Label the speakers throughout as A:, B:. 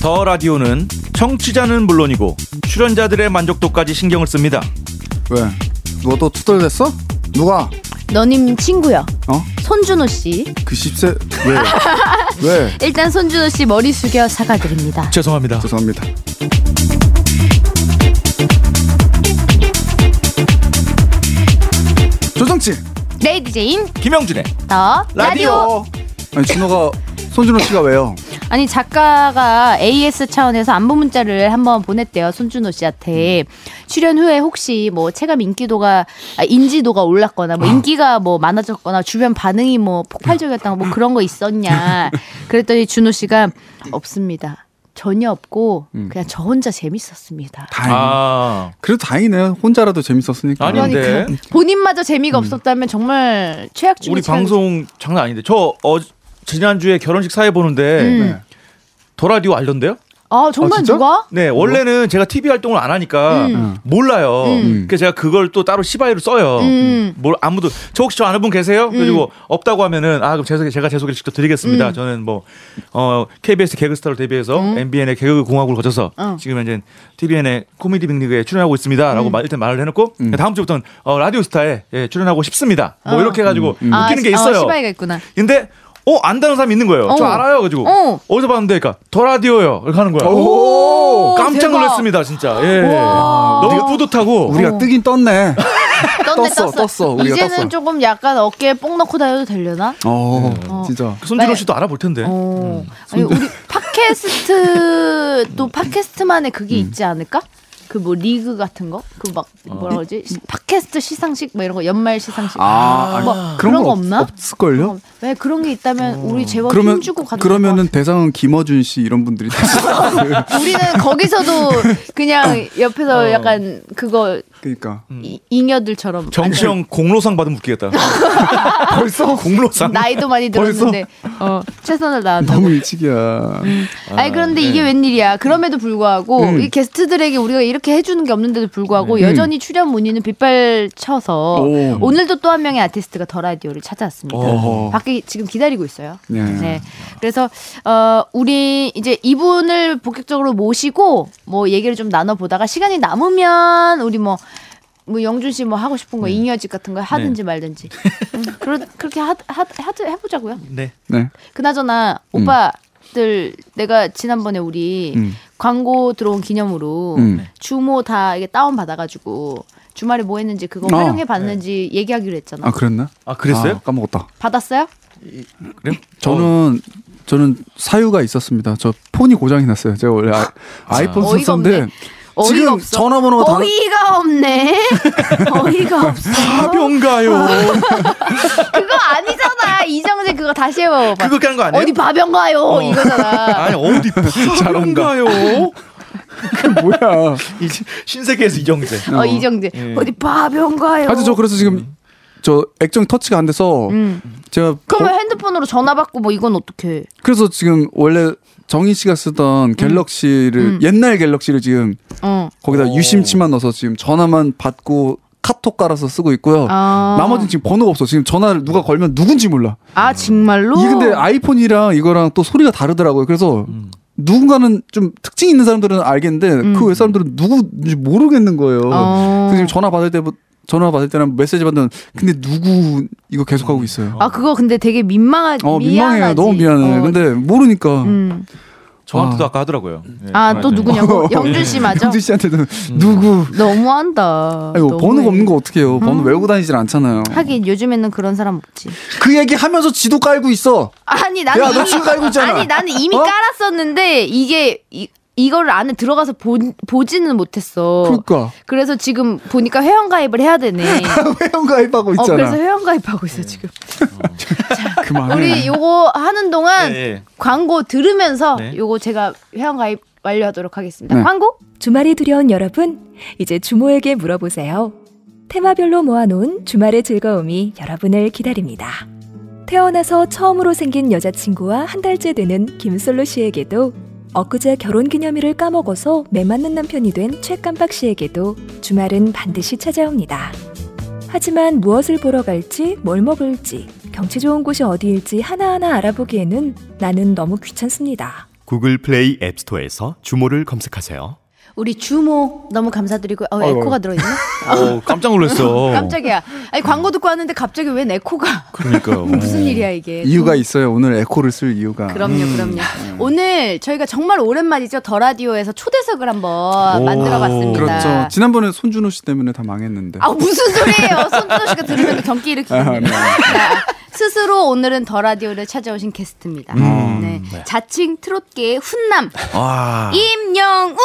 A: 더 라디오는 청취자는 물론이고 출연자들의 만족도까지 신경을 씁니다.
B: 왜? 너도 투덜댔어? 누가?
C: 너님 친구요.
B: 어?
C: 손준호 씨.
B: 그 10세 왜? 왜?
C: 일단 손준호 씨 머리 숙여 사과드립니다.
A: 죄송합니다.
B: 죄송합니다. 조정치.
C: 네, 레이디 제인
A: 김영준의
C: 더 라디오.
B: 아니 준호가 손준호 씨가 왜요?
C: 아니 작가가 AS 차원에서 안부 문자를 한번 보냈대요 손준호 씨한테 출연 후에 혹시 뭐 체감 인기도가 아, 인지도가 올랐거나 뭐 인기가 뭐 많아졌거나 주변 반응이 뭐 폭발적이었다고 뭐 그런 거 있었냐 그랬더니 준호 씨가 없습니다 전혀 없고 그냥 저 혼자 재밌었습니다
B: 다행.
A: 아
B: 그래도 다행이네요. 혼자라도 재밌었으니까.
A: 아닌데
C: 그러니까 본인마저 재미가
B: 음.
C: 없었다면 정말 최악 중에
A: 우리
C: 최악.
A: 방송 장난 아닌데 저 어, 지난주에 결혼식 사회 보는데
B: 네.
A: 더 라디오 알던데요?
C: 아 정말
B: 아, 진짜?
C: 누가
A: 네 원래는 제가 TV 활동을 안 하니까
B: 음.
A: 몰라요.
B: 음.
A: 그래서 제가 그걸 또 따로 시바이로 써요.
C: 음.
A: 뭘 아무도 저 혹시 저 아는 분 계세요? 그리고 없다고 하면은 아 그럼 제 소개 제가 제 소개를 직접 드리겠습니다.
C: 음.
A: 저는 뭐어 KBS 개그스타로 데뷔해서 MBN의 개그 공학을 거쳐서
C: 어.
A: 지금 이제 TVN의 코미디 빅리그에 출연하고 있습니다라고
C: 음.
A: 말- 일단 말을 해놓고 다음 주부터는 어, 라디오스타에 예, 출연하고 싶습니다. 뭐 이렇게 해가지고
B: 음.
A: 웃기는 게
C: 아,
A: 있어요.
C: 어, 시바이가 있구나
A: 근데 어 안다는 사람이 있는 거예요. 저
C: 어.
A: 알아요, 가지고
C: 어.
A: 어디서 봤는데, 그러니까 더 라디오요. 이렇게 하는 거야.
C: 오,
A: 깜짝
C: 대박.
A: 놀랐습니다, 진짜. 예.
C: 우와.
A: 너무 뿌듯하고.
C: 어.
B: 우리가 뜨긴 떴네.
C: 떴네,
B: 떴어, 떴어. 우리가
C: 이제는
B: 떴어.
C: 조금 약간 어깨에 뽕 넣고 다녀도 되려나?
B: 어, 진짜.
A: 손준호
C: 네.
A: 씨도 알아볼 텐데.
C: 어.
B: 음.
C: 아니, 우리 팟캐스트 또 팟캐스트만의 그게
B: 음.
C: 있지 않을까? 그 뭐 리그 같은 거? 그 막
B: 어.
C: 뭐라 그러지? 시- 팟캐스트 시상식 뭐 이런 거 연말 시상식.
B: 아,
C: 뭐
B: 아니,
C: 그런 거 없나?
B: 없을 걸요?
C: 어, 왜 그런 게 있다면 우리 제법
B: 그러면
C: 힘주고 가는
B: 그러면은 대상은 김어준 씨 이런 분들이 되시죠.
C: 것 같아. 우리는 거기서도 그냥 옆에서
A: 어.
C: 약간 그거
B: 그러니까
C: 이- 잉여들처럼
A: 정치형 공로상 받으면 웃기겠다. 벌써? 공로상.
C: 나이도 많이
A: 벌써?
C: 들었는데 어, 최선을 다한다고.
B: 너무 일찍이야.
C: 아니
B: 네.
C: 그런데 이게 웬일이야. 그럼에도 불구하고
B: 음.
C: 이 게스트들에게 우리가 이렇게 해주는 게 없는데도 불구하고 여전히 출연 문의는 빗발쳐서
B: 오.
C: 오늘도 또 한 명의 아티스트가 더 라디오를 찾아왔습니다.
B: 어허.
C: 밖에 지금 기다리고 있어요.
B: 네.
C: 네. 그래서 어 우리 이제 이분을 본격적으로 모시고 뭐 얘기를 좀 나눠보다가 시간이 남으면 우리 뭐. 뭐 영준 씨 뭐 하고 싶은 거
B: 네.
C: 잉여집 같은 거 하든지 말든지 음, 그러, 그렇게 하, 하, 하, 해보자고요.
A: 네.
B: 네.
C: 그나저나
B: 음.
C: 오빠들 내가 지난번에 우리
B: 음.
C: 광고 들어온 기념으로
B: 음.
C: 주모 다 이게 다운 받아가지고 주말에 뭐 했는지 그거
B: 어.
C: 활용해 봤는지 얘기하기로 했잖아.
B: 아 그랬나?
A: 아, 그랬어요?
B: 아, 까먹었다.
C: 받았어요?
A: 그래요? 어.
B: 저는 저는 사유가 있었습니다. 저 폰이 고장이 났어요. 제가 원래 아, 아이폰
C: 어이가
B: 썼었는데
C: 없네. 어이가
B: 지금
C: 없어.
B: 전화번호가 다
C: 어이가 없네. 어이가 없어. 아.
A: 파병가요.
C: 그거 아니잖아. 이정재 그거 다시 해봐.
A: 그거 깐거 아니에요?
C: 어디 밥병 가요 이거잖아.
A: 아니, 어디 파병가요.
B: 뭐야?
A: 이 시- 신세계에서 이정재.
C: 어 이정재
A: 예.
C: 어디 밥병 가요.
B: 하여튼 저 그래서
A: 음.
B: 지금 저 액정 터치가 안 돼서
C: 음.
B: 제가 어,
C: 그러면 핸드폰으로 전화 받고 뭐 이건 어떻게?
B: 그래서 지금 원래 정희 씨가
C: 음.
B: 쓰던 갤럭시를 옛날 갤럭시를 지금
C: 어.
B: 거기다
A: 오.
B: 유심칩만 넣어서 지금 전화만 받고 카톡 깔아서 쓰고 있고요.
C: 아.
B: 어. 나머지는 지금 번호가 없어. 지금 전화를 누가 걸면 누군지 몰라.
C: 아 정말로?
B: 이게 근데 아이폰이랑 이거랑 또 소리가 다르더라고요. 그래서 누군가는 좀 특징 있는 사람들은 알겠는데 그 외 사람들은 누구인지 모르겠는 거예요.
C: 음. 어.
B: 그래서 지금 전화 받을 때 전화 받을 때랑 메시지 받는 근데 누구 이거 계속 하고 있어요.
C: 아 그거 근데 되게 민망하
B: 어 민망해요.
C: 미안하지.
B: 너무 미안해.
C: 어,
B: 근데 모르니까.
C: 음.
A: 저한테도
B: 아.
A: 아까 하더라고요. 예,
C: 아 또
A: 전화했더니.
C: 누구냐고 영준 씨 맞아.
B: 현지 씨한테는 누구?
C: 너무한다.
B: 아이고 번호가
C: 너무해. 음.
B: 없는 거 어떡해요. 번호 외우고 다니질 않잖아요.
C: 하긴 요즘에는 그런 사람 없지.
B: 그 얘기 하면서 지도 깔고 있어.
C: 아니 나는
B: 야, 너
C: 이미
B: 지금 깔고 있잖아.
C: 아니 나는 이미
B: 어?
C: 깔았었는데 이게 이, 이걸 안에 들어가서 보, 보지는 못했어.
B: 그러니까
C: 래서 지금 보니까 회원 가입을 해야 되네.
B: 회원 가입하고
C: 어
B: 있잖아.
C: 그래서 회원 가입하고 있어 지금.
B: 그만해.
C: 우리 요거 하는 동안
A: 예, 예.
C: 광고 들으면서
A: 네.
C: 요거 제가 회원 가입 완료하도록 하겠습니다.
B: 네.
C: 광고?
D: 주말이 두려운 여러분, 이제 주모에게 물어보세요. 테마별로 모아놓은 주말의 즐거움이 여러분을 기다립니다. 태어나서 처음으로 생긴 여자친구와 한 달째 되는 김솔로 씨에게도 엊그제 결혼 기념일을 까먹어서 매맞는 남편이 된 최깜박 씨에게도 주말은 반드시 찾아옵니다. 하지만 무엇을 보러 갈지, 뭘 먹을지, 경치 좋은 곳이 어디일지 하나하나 알아보기에는 나는 너무 귀찮습니다.
E: 구글 플레이 앱스토어에서 주모를 검색하세요.
C: 우리 주모 너무 감사드리고 어, 에코가 들어있네.
A: 어, 깜짝 놀랐어.
C: 깜짝이야. 아니 광고 듣고 왔는데 갑자기 웬 에코가?
A: 그러니까요.
C: 무슨 일이야 이게?
B: 이유가 음. 있어요. 오늘 에코를 쓸 이유가.
C: 그럼요, 그럼요. 오늘 저희가 정말 오랜만이죠. 더 라디오에서 초대석을 한번
A: 오.
C: 만들어봤습니다.
B: 그렇죠. 지난번에 손준호 씨 때문에 다 망했는데.
C: 네. 아 무슨 소리예요? 손준호 씨가 들으면 경기
B: 아, 네.
C: 일으키는데. 자, 스스로 오늘은 더 라디오를 찾아오신 게스트입니다.
B: 음,
C: 네. 자칭 트롯계의 훈남
A: 와.
C: 임영웅.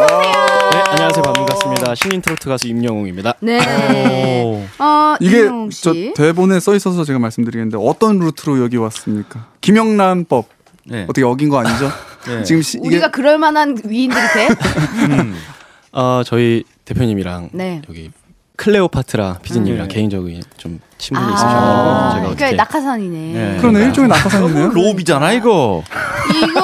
F: 네, 안녕하세요. 반갑습니다. 신인 트로트 가수 임영웅입니다.
C: 네.
A: 오.
C: 어,
B: 이게
C: 임영웅 씨.
B: 저 대본에 써 있어서 제가 말씀드리겠는데 어떤 루트로 여기 왔습니까? 김영란법
A: 네.
B: 어떻게 어긴 거 아니죠?
A: 네.
B: 지금 시, 이게
C: 우리가 그럴 만한 위인들이 돼?
F: 어, 저희 대표님이랑
C: 네. 음.
F: 여기 클레오파트라 피디님이랑 개인적인 좀 친분이 있으셔서
C: 아,
F: 제가
C: 그러니까
F: 어떻게
C: 낙하산이네.
A: 네.
B: 그러네 일종의 낙하산이네요.
A: 로비잖아 이거.
C: 이거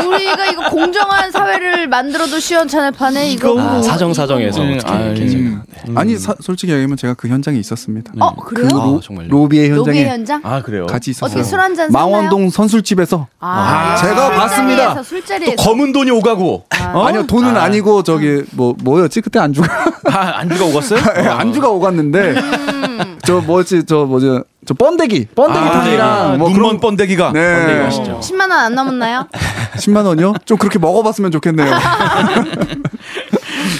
C: 뭐 우리가 이거 공정한 사회를 만들어도 시원찮을 판에 이거
F: 아,
C: 뭐
F: 사정 사정에서
A: 음,
F: 어떻게
A: 아,
F: 이렇게
A: 음.
F: 제가 네.
B: 아니 사- 솔직히 얘기하면 제가 그 현장에 있었습니다.
C: 어 그래요?
F: 아,
B: 로,
F: 정말요?
B: 로비의
C: 로비의
B: 현장에
C: 현장?
A: 아 그래요.
B: 같이 있었어요.
C: 어떻게 술한잔 샀나요?
B: 망원동 선술집에서
C: 아,
B: 제가
C: 술자리에서,
A: 봤습니다. 또
C: 술자리에서
A: 검은 돈이 오가고. 어?
B: 아니요 돈은 아. 니고 저기 뭐 뭐였지 그때 안주가
A: 아, 안주가 오갔어요?
B: 예, 안주가 오갔는데
C: 음.
B: 저 뭐지 저 뭐지 저 번데기
A: 아,
B: 번데기 탕이랑 뭐
A: 눈먼 번데기가.
B: 네
F: 아시죠?
C: 10만 원 안 넘었나요?
B: 10만 원이요? 좀 그렇게 먹어봤으면 좋겠네요.
F: 어,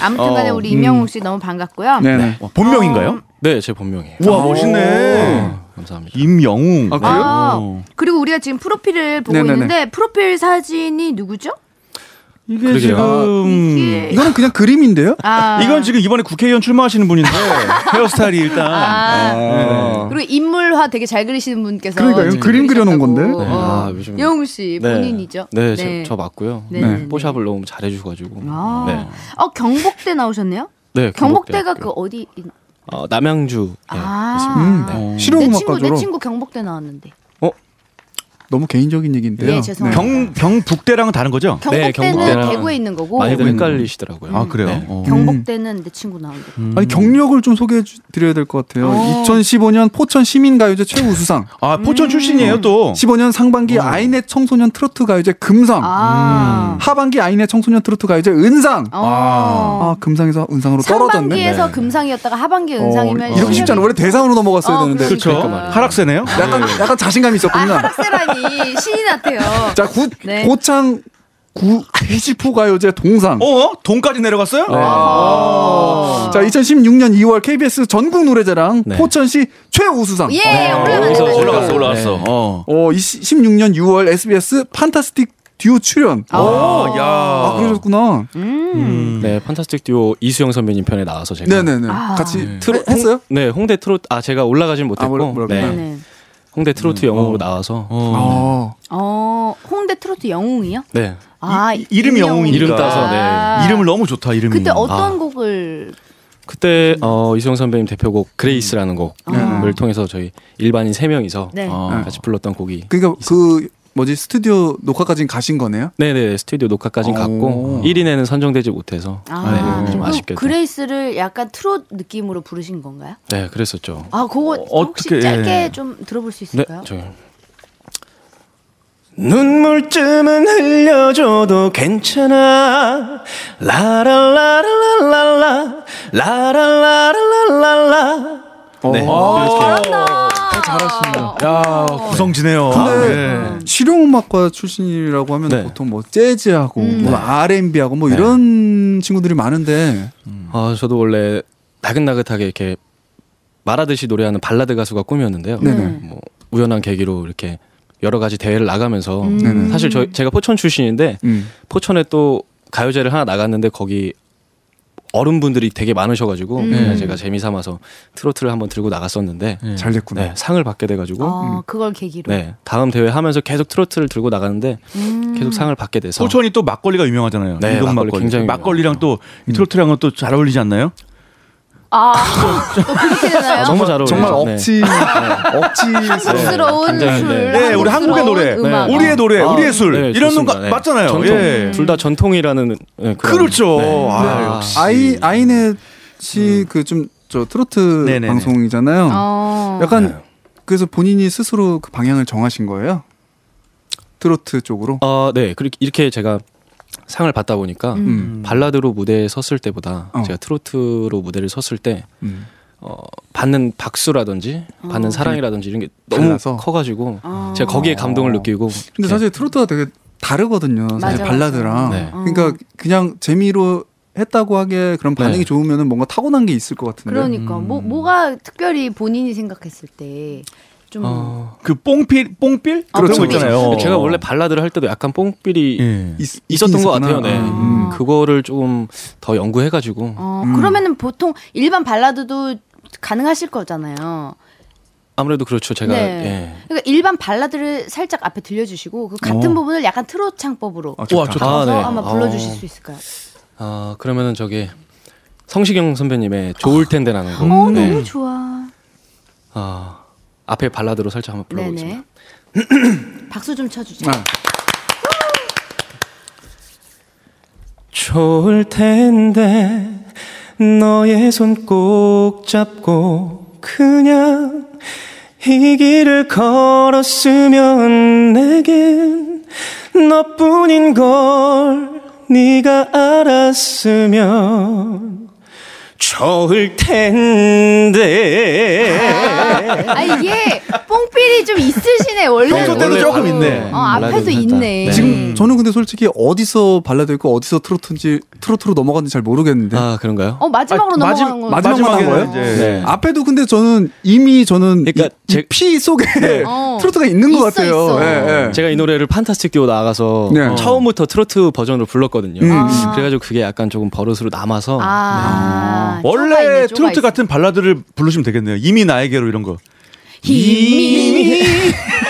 C: 아무튼간에 우리
F: 음.
C: 임영웅 씨 너무 반갑고요.
B: 네네.
A: 와, 본명인가요?
F: 네, 제 본명이에요.
A: 우와 멋있네.
F: 어, 감사합니다.
A: 임영웅.
B: 아, 그래요?
C: 아, 그리고 우리가 지금 프로필을 보고
B: 네네네.
C: 있는데 프로필 사진이 누구죠?
A: 이게
F: 그러게요.
A: 지금
C: 이게-
B: 이거는 그냥 그림인데요?
C: 아,
A: 이건 지금 이번에 국회의원 출마하시는 분인데 헤어스타일이 일단
F: 네.
C: 아,
B: 아.
C: 그리고 인물화 되게 잘 그리시는 분께서
B: 그러니까요.
C: 지금
B: 그림 그려놓은 건데.
C: 그리셨다고.
F: 네, 아, 요즘-
C: 영웅 씨
F: 네.
C: 본인이죠?
F: 네, 제- 저 맞고요.
C: 네, 네, 네.
F: 포샵을 너무 잘해주셔가지고.
C: 아.
F: 네.
C: 어 경복대 나오셨네요?
F: 네,
C: 경복대가 그 어디? 있-
F: 어, 남양주. 네,
C: 아.
F: 있습니다.
B: 음,
F: 네.
C: 내
B: 실용음악가로
C: 친구 내 친구 경복대 나왔는데.
B: 너무 개인적인 얘기인데요.
C: 네, 죄송합니다.
A: 경 경북대랑은 다른 거죠?
F: 네,
C: 경복대는
F: 경복대랑
C: 대구에 있는 거고
F: 많이들 헷갈리시더라고요.
A: 아 그래요.
F: 네.
A: 어.
C: 경복대는 내 친구 나온대.
B: 네. 아니 경력을 좀 소개해 주- 드려야 될 것 같아요.
C: 어.
B: 2015년 포천 시민가요제 최우수상,
A: 아
C: 음.
A: 포천 출신이에요 또.
B: 15년 상반기 아이넷 청소년 트로트 가요제 금상,
C: 아.
B: 하반기 아이넷 청소년 트로트 가요제 은상.
C: 어.
B: 음. 아 금상에서 은상으로 떨어졌네.
C: 상반기에서 금상이었다가 하반기 은상이면
B: 어, 이렇게 쉽지 않아. 원래 대상으로 넘어갔어야
C: 어,
B: 되는데.
A: 그렇죠.
C: 네. 그러니까 말이에요.
A: 하락세네요.
B: 약간 약간 자신감이
C: 아,
B: 있었군요.
C: 하락세라니 신이 났대요.
B: 자, 구,
C: 네.
B: 고창 구, 90호 가요제 동상.
A: 어? 돈까지 내려갔어요?
C: 어.
B: 자, 2016년 2월 KBS 전국 노래자랑
F: 네.
B: 포천시 최우수상.
C: 예,
A: 여기서
C: 올라갔어.
A: 올라갔어 올라갔어.
F: 네.
A: 어.
B: 어, 16년 6월 SBS 판타스틱 듀오 출연. 아,
A: 어, 야. 음.
B: 그러셨구나.
F: 네, 판타스틱 듀오 이수영 선배님 편에 나와서 제가
B: 네네네. 같이 트롯 했어요?
F: 네, 홍대 트로트 아 제가 올라가진
B: 아,
F: 못했고
B: 뭐라- 뭐라-
F: 네.
C: 네.
F: 홍대 트로트 영웅으로 나와서
B: 어.
C: 어, 홍대 트로트 영웅이요?
F: 네.
C: 아,
A: 이- 이름이 영웅이니까.
F: 이름 따서, 네. 음.
C: 아.
A: 이름을 너무 좋다 이름이. 아,
C: 그때
F: 아.
C: 어떤 곡을
F: 그때 어 이수영 선배님 대표곡 그레이스라는 곡을 음.
C: 아.
F: 통해서 저희 일반인 세 명이서
C: 네.
F: 어, 같이 불렀던 곡이
B: 그러니까 그 뭐지 스튜디오 녹화까지는 가신 거네요?
F: 네네 스튜디오 녹화까지
B: 오.
F: 갔고 1인에는 선정되지 못해서
C: 아,
F: 네, 좀
C: 그럼
F: 아쉽게도
C: 그레이스를 약간 트롯 느낌으로 부르신 건가요?
F: 네 그랬었죠.
C: 아, 그거
A: 어,
C: 혹시
A: 어떻게,
C: 짧게
A: 예.
C: 좀 들어볼 수
F: 네,
C: 있을까요?
F: 저요. 눈물쯤은 흘려줘도 괜찮아 라라라라라라 라라라라라라 네
B: 어.
F: 이렇게
B: 아,
C: 아,
B: 잘하신다.
A: 야 구성지네요. 네.
B: 실용음악과 출신이라고 하면
F: 네.
B: 보통 뭐 재즈하고 뭐 R&B하고 뭐 이런 친구들이 많은데
F: 아, 저도 원래 나긋나긋하게 이렇게 말하듯이 노래하는 발라드 가수가 꿈이었는데요.
B: 네네.
C: 음.
F: 뭐 우연한 계기로 이렇게 여러 가지 대회를 나가면서
B: 네네.
F: 사실 저
C: 음.
F: 제가 포천 출신인데
B: 음.
F: 포천에 또 가요제를 하나 나갔는데 거기 어른분들이 되게 많으셔가지고 그냥 제가 재미 삼아서 트로트를 한번 들고 나갔었는데
B: 잘 됐구나.
F: 네, 상을 받게 돼가지고
C: 아, 그걸 계기로.
F: 네 다음 대회 하면서 계속 트로트를 들고 나가는데 계속 상을 받게 돼서
A: 포천이 또 막걸리가 유명하잖아요.
F: 네,
A: 이동
F: 막걸리
A: 막걸리.
F: 굉장히 음.
A: 막걸리랑 또이 트로트랑은 또 잘 어울리지 않나요?
C: 아, 또 그렇게 되나요?
F: 너무 잘 어울려요.
B: 정말
F: 네.
B: 억지 억지
C: 한국스러운
F: 네,
C: 술,
F: 네.
A: 네, 우리 한국의 노래,
C: 한국스러운 음악.
A: 우리의 노래,
F: 아,
A: 우리의 술
F: 네,
A: 이런
F: 좋습니다.
A: 거
F: 네.
A: 맞잖아요.
F: 전통.
A: 예.
F: 둘 다 전통이라는 네, 그런-
A: 그렇죠.
F: 네.
A: 아,
F: 네.
A: 역시.
B: 아이
F: 음.
B: 아이넷이 그 좀 저 트로트
A: 네네네.
B: 방송이잖아요.
C: 어.
F: 네.
B: 약간 그래서 본인이 스스로 그 방향을 정하신 거예요? 트로트 쪽으로.
F: 어, 네. 그렇게 이렇게 제가 상을 받다 보니까
A: 음.
F: 발라드로 무대에 섰을 때보다
B: 어.
F: 제가 트로트로 무대를 섰을 때
B: 음.
F: 어, 받는 박수라든지 받는
C: 어.
F: 사랑이라든지 이런 게 너무
B: 음. 달라서?
F: 커가지고
C: 아.
F: 제가 거기에 감동을 느끼고 예.
B: 근데 사실 트로트가 되게 다르거든요. 사실
C: 맞아, 어.
B: 발라드랑.
F: 맞아. 네.
B: 그러니까 그냥 재미로 했다고 하기에 그런 반응이
F: 네.
B: 좋으면은 뭔가 타고난 게 있을 것 같은데.
C: 그러니까 뭐
F: 음.
C: 뭐가 특별히 본인이 생각했을 때 좀.
B: 음.
F: 어,
A: 그 뽕필 뽕필
C: 아,
A: 그런 거
C: 뽕필.
A: 있잖아요.
F: 네, 제가 원래 발라드를 할 때도 약간 뽕삘이
A: 예.
B: 있,
F: 있었던 것
B: 있었구나.
F: 같아요. 네.
B: 음.
F: 그거를 조금 더 연구해가지고
C: 어,
B: 음.
C: 그러면은 보통 일반 발라드도 가능하실 거잖아요.
F: 아무래도 그렇죠. 제가
C: 네.
F: 예.
C: 그러니까 일반 발라드를 살짝 앞에 들려주시고 그 같은
B: 어.
C: 부분을 약간 트롯 창법으로
B: 아, 좋다.
A: 와, 좋다.
C: 가서
F: 아, 네.
C: 한번 불러주실
F: 어.
C: 수 있을까요?
F: 아 그러면은 저기 성시경 선배님의 좋을 텐데라는 곡.
C: 어
F: 네.
C: 너무 좋아.
F: 아 앞에 발라드로 살짝 한번 불러보겠습니다.
C: 네네. 박수 좀 쳐주세요.
B: 아.
F: 좋을 텐데 너의 손 꼭 잡고 그냥 이 길을 걸었으면 내겐 너뿐인 걸 네가 알았으면 좋을 텐데
C: 아 이게 뽕필이 좀 있으시네 원래.
A: 평소 때도 조금 있네.
C: 어 앞에도
F: 발라드는
C: 있네.
F: 살짝.
B: 지금 저는 근데 솔직히 어디서 발라드 있고 어디서 트로트인지 트로트로 넘어갔는지 잘 모르겠는데
F: 아 그런가요?
C: 어 마지막으로
A: 아, 마지-
C: 넘어가는 거.
B: 마지막만 한 거예요?
A: 이제
F: 네.
B: 앞에도 근데 저는 이미 저는
F: 그러니까
B: 이,
F: 제- 네.
B: 피 속에
C: 어.
B: 트로트가 있는 것
C: 있어,
B: 같아요.
C: 있어.
B: 예, 예.
F: 제가 이 노래를 판타스틱 듀오 나가서
B: 네.
F: 처음부터 트로트 버전으로 불렀거든요.
B: 음.
C: 아.
F: 그래가지고 그게 약간 조금 버릇으로 남아서
C: 아 쪼가 있네,
A: 원래
C: 쪼가
A: 트로트
C: 있어.
A: 같은 발라드를 부르시면 되겠네요. 이미 나에게로 이런 거.
C: 이미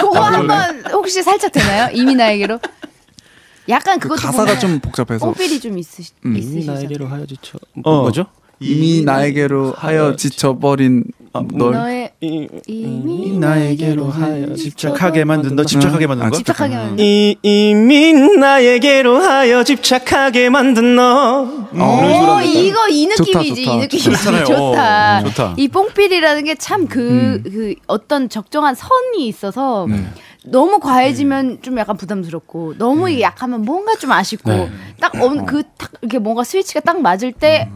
C: 그거
B: 아,
C: 한번 혹시 살짝 되나요? 이미 나에게로 약간
B: 그
C: 그것도
B: 가사가 좀 복잡해서 음.
C: 뽕필이 좀 있으시
F: 이미
C: 있으시죠.
F: 나에게로 하여지쳐
A: 어.
F: 뭐죠?
B: 이미 나에게로
C: 아,
B: 하여
C: 네.
B: 지쳐버린 널
C: 너의
F: 이,
C: 이미
F: 이미
C: 나에게로
F: 나에게로
C: 하여
F: 하여
A: 집착하게 만든 너 집착하게 만든
B: 아,
A: 거.
C: 어, 집착하게 하는
F: 이 이미 나에게로 하여 집착하게 만든 너
C: 오, 어, 이거 이
B: 좋다,
C: 느낌이지,
B: 좋다.
C: 이 느낌이지.
A: 좋잖아요.
C: 좋다.
A: 어, 좋다.
C: 이 뽕필이라는 게 참 그 그 어떤 적정한 선이 있어서 너무 과해지면 좀 약간 부담스럽고 너무 이게 약하면 뭔가 좀 아쉽고
F: 네.
C: 딱그딱 이렇게 뭔가 스위치가 딱 맞을 때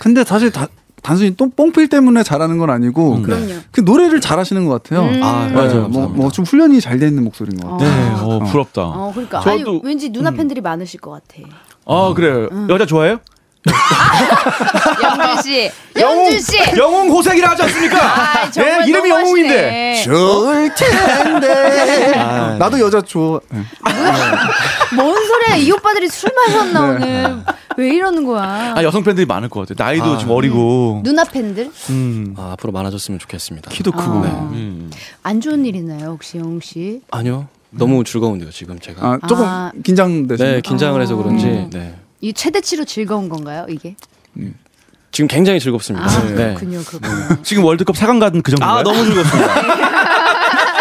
B: 근데 사실 다- 단순히 똥 뽕필 때문에 잘하는 건 아니고
C: 음. 그럼요.
B: 그 노래를 잘하시는 것 같아요.
C: 음.
F: 아
B: 네,
F: 맞아요.
B: 뭐,
F: 감사합니다.
B: 뭐 좀 훈련이 잘 돼 있는 목소리인 것 같아요.
A: 네, 어, 부럽다.
C: 어 그러니까 아니
A: 저도-
C: 왠지 누나 팬들이 많으실 것 같아.
A: 아 그래요.
C: 어.
A: 여자 좋아해요?
C: 영준 씨, 영준 씨.
A: 영웅 호색이라 하지
C: 아,
A: 않습니까?
C: 정말
A: 예? 이름이
C: 너무하시네. 네.
A: 영웅인데.
B: 좋을 텐데
F: 아,
B: 나도 여자 좋아. 네.
C: 뭔 소리야? 이 오빠들이 술 마셨나 오늘? 왜 이러는 거야?
A: 아 여성 팬들이 많을 것 같아요. 나이도
F: 아.
A: 좀 어리고.
C: 누나 팬들?
A: 음.
F: 아, 앞으로 많아졌으면 좋겠습니다.
B: 키도 크고.
F: 네.
C: 아.
A: 음.
C: 안 좋은 일 있나요, 혹시 영웅 씨?
F: 아니요 너무 즐거운데요 지금 제가
B: 아, 조금
C: 아.
B: 긴장되시네.
F: 네 긴장을 해서 그런지 네.
C: 이 최대치로 즐거운 건가요, 이게?
F: 지금 굉장히 즐겁습니다.
C: 아,
F: 네.
C: 그렇군요, 그렇군요.
A: 지금 월드컵 4강 가는 그 정도.
F: 아 너무 즐겁습니다.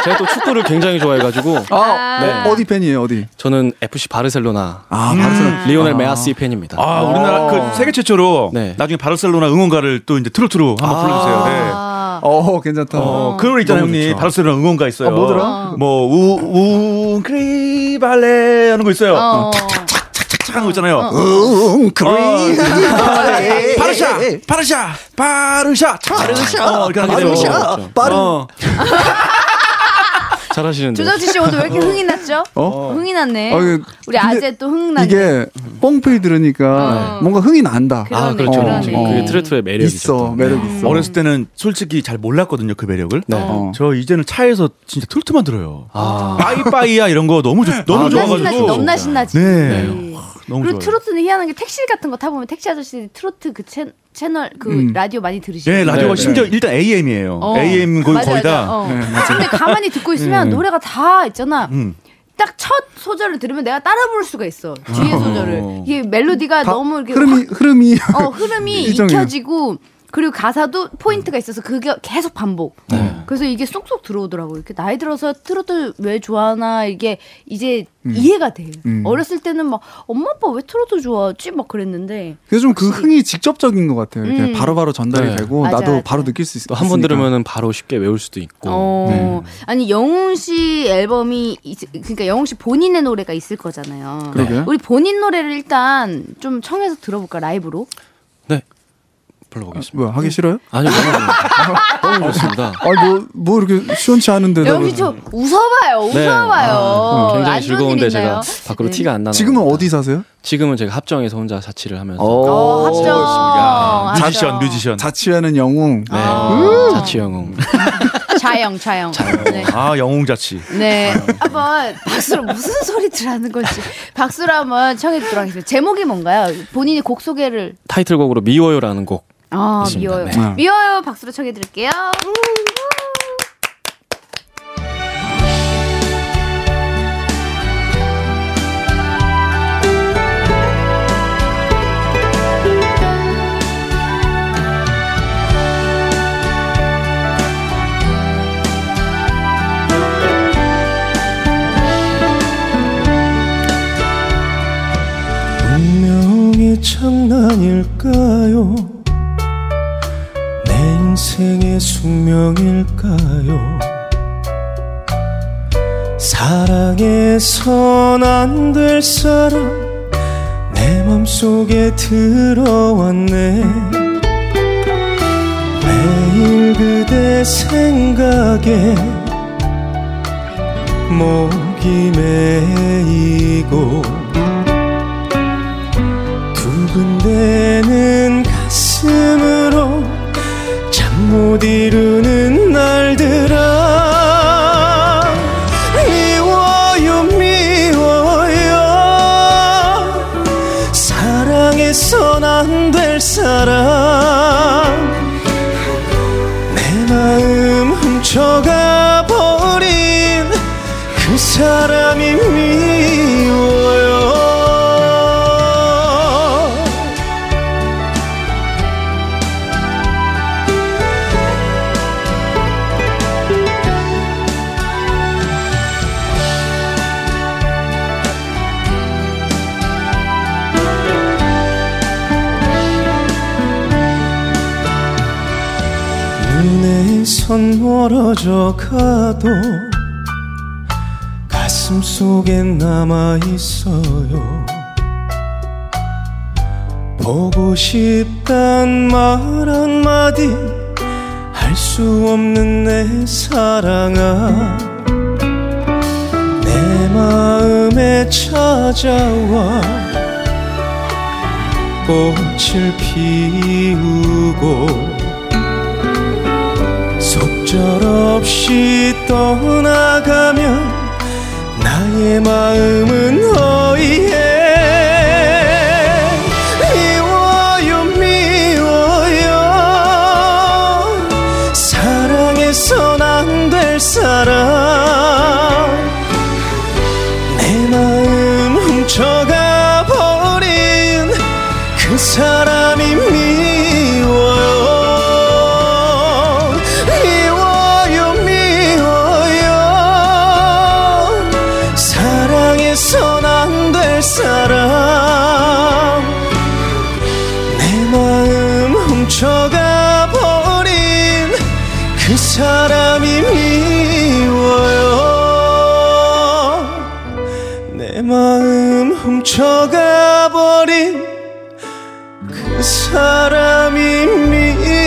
F: 제가 또 축구를 굉장히 좋아해가지고
B: 아, 어, 어디 팬이에요? 어디?
F: 저는 FC 바르셀로나 음.
B: 아, 바르셀로나.
F: 리오넬 메아시 팬입니다.
A: 아 우리나라 그 세계 최초로
F: 네.
A: 나중에 바르셀로나 응원가를 또 이제 트로트로 한번 불러주세요. 네.
C: 아,
B: 어, 괜찮다.
A: 어, 그런 거 있잖아요,
F: 너무
A: 형님.
F: 좋죠.
A: 바르셀로나 응원가 있어요.
B: 아, 뭐더라?
A: 뭐, 우, 우, 크리발레 하는 거 있어요.
C: 어.
A: 착착 하는 거 있잖아요.
G: 음,
B: 응,
A: 어, 바르샤,
G: 예,
A: 바르샤, 바르샤, 바르샤, 어, 이렇게 하게 되고.
B: 바르샤, 바르.
A: 어,
F: 잘하시는데.
C: 조정치 씨 오늘 왜 이렇게 흥이 났죠?
B: 어?
C: 흥이 났네.
A: 아,
B: 어, 이게-
C: 우리 아재 또 흥났네.
B: 이게 뽕필 들으니까 뭔가 흥이 난다.
C: 아,
F: 아
C: 어. 그러네,
F: 그렇죠.
C: 그러네.
F: 지금
G: 어.
F: 그게 트레트의 매력이죠. 네.
B: 있어,
F: 또.
B: 매력
C: 음.
B: 있어.
A: 어렸을 때는 솔직히 잘 몰랐거든요, 그 매력을.
F: 네.
B: 어.
A: 저 이제는 차에서 진짜 트로트만 들어요.
F: 아,
A: 빠이빠이야 이런 거 너무 좋, 너무
F: 아,
C: 넘나
A: 좋아가지고.
C: 신나지, 넘나 신나지.
A: 네.
C: 네.
A: 너무
C: 그리고
A: 좋아요.
C: 트로트는 희한한 게 택시 같은 거 타보면 택시 아저씨 트로트 그 채, 채널 그 라디오 많이 들으시죠.
A: 예, 음. 라디오가
F: 네,
A: 심지어 일단 AM이에요.
C: 어.
A: AM 거의
C: 맞아,
A: 거의 다.
C: 맞아. 어. 근데 가만히 듣고 있으면 노래가 다 있잖아.
A: 음.
C: 딱 첫 소절을 들으면 내가 따라 부를 수가 있어. 뒤에 소절을. 이게 멜로디가
B: 다
C: 너무 이렇게
B: 흐름이 흐름이
C: 확- 어, 흐름이
B: 일정해요.
C: 익혀지고 그리고 가사도 포인트가 있어서 그게 계속 반복. 그래서 이게 쏙쏙 들어오더라고요. 이렇게 나이 들어서 트로트 왜 좋아하나 이게 이제 이해가 돼요. 어렸을 때는 막 엄마 아빠 왜 트로트 좋아하지 막 그랬는데
G: 그래서 좀 그 흥이 직접적인 것 같아요. 이렇게
C: 음.
G: 바로바로 전달이
F: 네.
G: 되고
C: 맞아,
G: 나도
C: 맞아.
G: 바로 느낄 수 있- 있으니까.
F: 또 한 번 들으면은 바로 쉽게 외울 수도 있고. 네.
C: 어 아니 영웅 씨 앨범이 있- 그러니까 영웅 씨 본인의 노래가 있을 거잖아요.
G: 그러게요.
C: 우리 본인 노래를 일단 좀 청해서 들어볼까 라이브로.
F: 네. 불러보겠습니다.
G: 뭐야
C: 음.
G: 하기 싫어요?
F: 아니 너무 좋- 너무 좋습니다.
G: 아뭐뭐 이렇게 시원치 않은데
C: 여기 좀 웃어봐요,
F: 네.
C: 웃어봐요.
F: 아, 굉장히
C: 안 좋은
F: 즐거운데
C: 일
F: 제가
C: 있나요?
F: 밖으로
C: 네.
F: 티가 안 나.
G: 지금은 어디 사세요?
F: 지금은 제가 합정에서 혼자 자취를 하면서
C: 어, 합정. 합정.
A: 뮤지션 뮤지션.
G: 자취하는 영웅.
F: 네.
C: 아.
F: 자취 영웅.
C: 자영, 자영. 네.
A: 아 영웅자치.
C: 네. 한번 박수로 무슨 소리들 하는 건지 박수로 한번 청해 듣도록 하겠습니다. 제목이 뭔가요? 본인이 곡 소개를.
F: 타이틀곡으로 미워요라는 곡.
C: 아,
F: 맞습니다.
C: 미워요.
G: 네.
C: 미워요. 박수로 청해 드릴게요. 음.
B: 운명이 장난일까요? 내 인생의 숙명일까요? 사랑해선 안 될 사람 내 맘속에 들어왔네 매일 그대 생각에 목이 메이고 두근대는 가슴으로 잠 못 이루는 날들아 미워요 미워요 사랑해선 안 될 사람 내 마음 훔쳐가 버린 그 사람이 미워요 눈에선 멀어져 가도 가슴 속엔 남아 있어요 보고 싶단 말 한마디 할 수 없는 내 사랑아 내 마음에 찾아와 꽃을 피우고 속절없이 떠나가면 나의 마음은 어이해 미워요 미워요 사랑해선 안 될 사람 내 마음 훔쳐가 버린 그 사람이 미워요 미워요 미워요 사랑해선 안 될 사람 내 마음 훔쳐가 버린 그 사람이 미워요 내 마음 훔쳐가 버린 그 사람이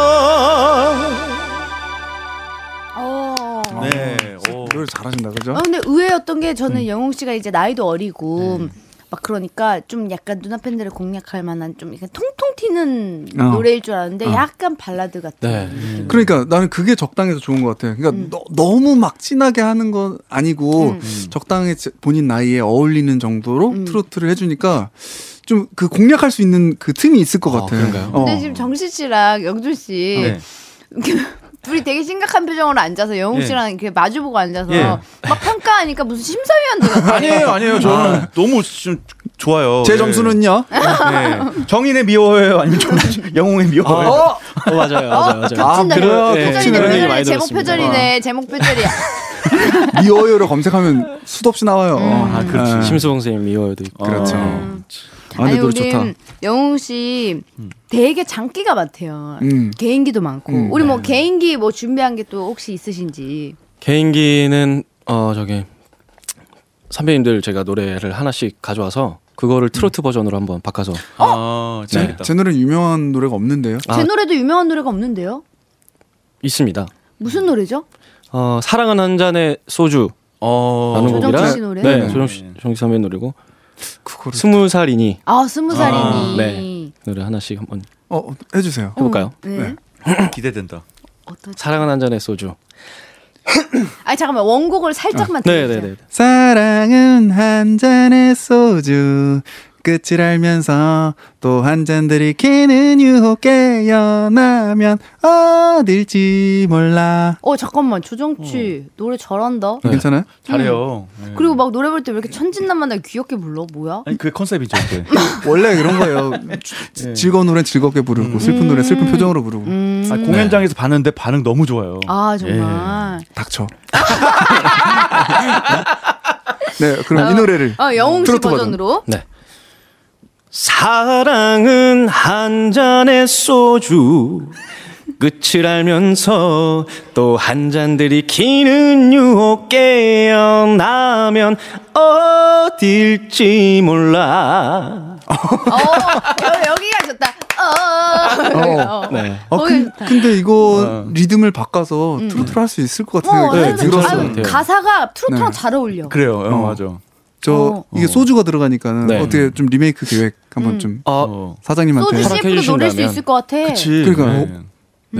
B: 미워요.
C: 어.
A: 네. 오.
G: 노래 잘하신다
B: 어?
G: 그죠?
C: 아, 근데 의외였던 게 저는 영웅 씨가 이제 나이도 어리고 막 그러니까 좀 약간 누나 팬들을 공략할 만한 좀 이렇게 통통 튀는
G: 어.
C: 노래일 줄 알았는데 약간 발라드 같은
F: 네.
C: 느낌.
G: 그러니까 나는 그게 적당해서 좋은 것 같아요. 그러니까 너, 너무 막 진하게 하는 건 아니고
A: 음.
G: 적당히 제- 본인 나이에 어울리는 정도로 트로트를 해주니까 좀 그 공략할 수 있는 그 틈이 있을 것
F: 아,
B: 어.
G: 같아요.
F: 그런가요?
G: 어.
C: 근데 지금 정신 씨랑 영준 씨
A: 네.
C: 둘이 되게 심각한 표정으로 앉아서 영웅
A: 예.
C: 씨랑 이렇게 마주보고 앉아서
A: 예.
C: 막 평가하니까 무슨 심사위원들 같아.
A: 아니에요, 아니에요. 저는 너무 좀 좋아요.
B: 제
A: 예.
B: 점수는요.
A: 네. 정인의 미워요, 아니면 정, 영웅의 미워요.
F: 어, 맞아요, 맞아요, 맞아요.
B: 아,
C: 겹친다.
B: 그래요?
C: 네.
B: 겹치네.
C: 표절이네,
F: 표절이
C: 표절이네.
F: 많이
C: 제목
F: 들었습니다.
C: 표절이네. 제목 표절이야.
B: 미워요를 검색하면 수도 없이 나와요.
G: 어.
A: 아, 그렇지.
B: 네.
F: 심수봉 선생님 미워요도 있고. 네.
B: 그렇죠.
C: 음.
B: 아, 근데 노래
C: 우린
B: 좋다.
C: 영웅 씨
F: 음.
C: 되게 장기가 많대요.
B: 음.
C: 개인기도 많고.
B: 음.
C: 우리
F: 네.
C: 뭐 개인기 뭐 준비한 게 또 혹시 있으신지.
F: 개인기는 어 저기 선배님들 제가 노래를 하나씩 가져와서 그거를 트로트 버전으로 한번 바꿔서
A: 아,
F: 네.
A: 재밌겠다.
B: 제 노래 유명한 노래가 없는데요.
F: 아.
C: 제 노래도 유명한 노래가 없는데요.
F: 있습니다. 음.
C: 무슨 노래죠?
F: 어 사랑은 한 잔의 소주
A: 어,
F: 나는
C: 조정식
F: 곡이랑
C: 씨 노래?
F: 네,
B: 네.
F: 조정식 선배 노래고
B: 그거를
F: 스무 살이니
C: 아, 스무 살이니.
F: 아, 네. 노래 하나씩 한번
B: 어, 어, 해주세요.
F: 해볼까요?
C: 네.
B: 네.
A: 기대된다.
C: 어떠-
F: 사랑은 한 잔의 소주.
C: 아니 잠깐만 원곡을 살짝만
F: 네,
C: 들려주세요.
F: 네, 네.
B: 사랑은 한 잔의 소주 끝을 알면서 또 한 잔 들이키는 유혹 깨어나면 어딜지 몰라.
C: 어 잠깐만 조정치
F: 어.
C: 노래 잘한다.
F: 네.
B: 괜찮아요?
A: 잘해요. 네.
C: 그리고 막 노래 부를 때 왜 이렇게 천진난만하게 귀엽게 불러? 뭐야?
F: 네.
A: 아니, 그게 컨셉이죠. 이제.
B: 원래 그런 거예요. 지- 즐거운 노래 즐겁게 부르고 슬픈 노래 슬픈 표정으로 부르고
C: 음.
A: 아, 공연장에서 봤는데 반응 너무 좋아요. 예.
C: 아 정말.
B: 닥쳐. 네, 그럼 이 노래를
C: 어 영웅 씨
B: 트로트 버전.
C: 버전으로.
F: 네.
H: 사랑은 한 잔의 소주 끝을 알면서 또 한 잔 들이키는 유혹 깨어나면 어딜지 몰라
C: 어 여- 여기가 좋다. 어. 어.
F: 네.
B: 아, 근, 근데 이거 리듬을 바꿔서 트로트를 할 수 있을 것 같은
C: 어,
B: 생각이
C: 네,
B: 들었어요.
C: 아유,
F: 같아요.
C: 가사가 트로트랑
B: 네.
C: 잘 어울려.
A: 그래요. 어, 맞아.
B: 저
C: 어.
B: 이게 소주가 들어가니까는
F: 네.
B: 어떻게 좀 리메이크 계획 한번 좀
F: 아,
A: 어.
B: 사장님한테
C: 음. 소주
F: 허락해
C: CF도 노릴 수
F: 주신다면.
C: 있을 것 같아.
A: 그치.
B: 그러니까요. 어,
A: 네.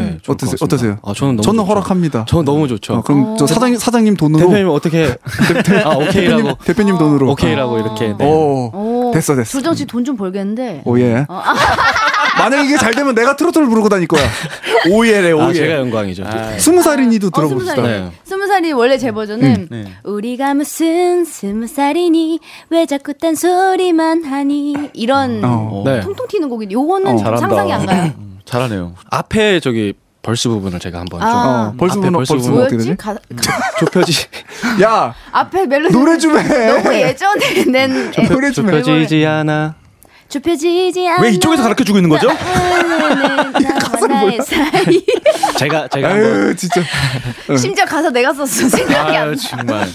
F: 네. 좋을 것
B: 어떠세요?
F: 같습니다.
B: 어떠세요?
F: 아, 저는 너무
B: 저는
F: 좋죠.
B: 허락합니다.
F: 저는 너무 좋죠.
B: 어, 그럼 저 사장 사장님 돈으로
F: 대표님 어떻게 아, 오케이라고
B: 대표님, 대표님 돈으로
F: 오케이라고 이렇게 네.
B: 오,
C: 오, 어.
B: 됐어 어, 됐어.
C: 조정 씨 돈 좀 벌겠는데.
B: 오예. 만약 이게 잘 되면 내가 트로트를 부르고 다닐 거야. 오예래
F: 아, 제가
B: 오예.
F: 영광이죠.
B: 스무 살이니도
C: 어, 스무
B: 들어봅시다.
C: 살이.
F: 네.
C: 스무 살이 원래 제 버전은
B: 음. 네.
C: 우리가 무슨 스무 살이니 왜 자꾸 딴 소리만 하니 이런
B: 어.
F: 네.
C: 통통 튀는 곡인데 요거는
B: 어.
C: 좀 상상이 안 가요.
A: 잘하네요.
F: 앞에 저기 벌스 부분을 제가 한번
C: 아.
B: 어, 벌써
F: 앞에
B: 보면
F: 벌써
B: 벌써 보면 어떻게
C: 뭐였지?
B: 되지?
C: 가,
F: 좀 좁혀지
B: 야
C: 앞에 멜로디
B: 노래 좀 해.
C: 너무 예전에 낸 애-
B: 노래 좀 해.
F: 좁혀지지 않아.
C: 좁혀지지 않아.
A: 왜 이쪽에서 가르쳐 주고 있는 거죠?
C: 가사를 몰라. 사이.
F: 제가 제가 한번
B: 아유 진짜.
C: 심지어 가사 내가 썼어 생각이 안
A: 아유,
C: 나.
A: 정말.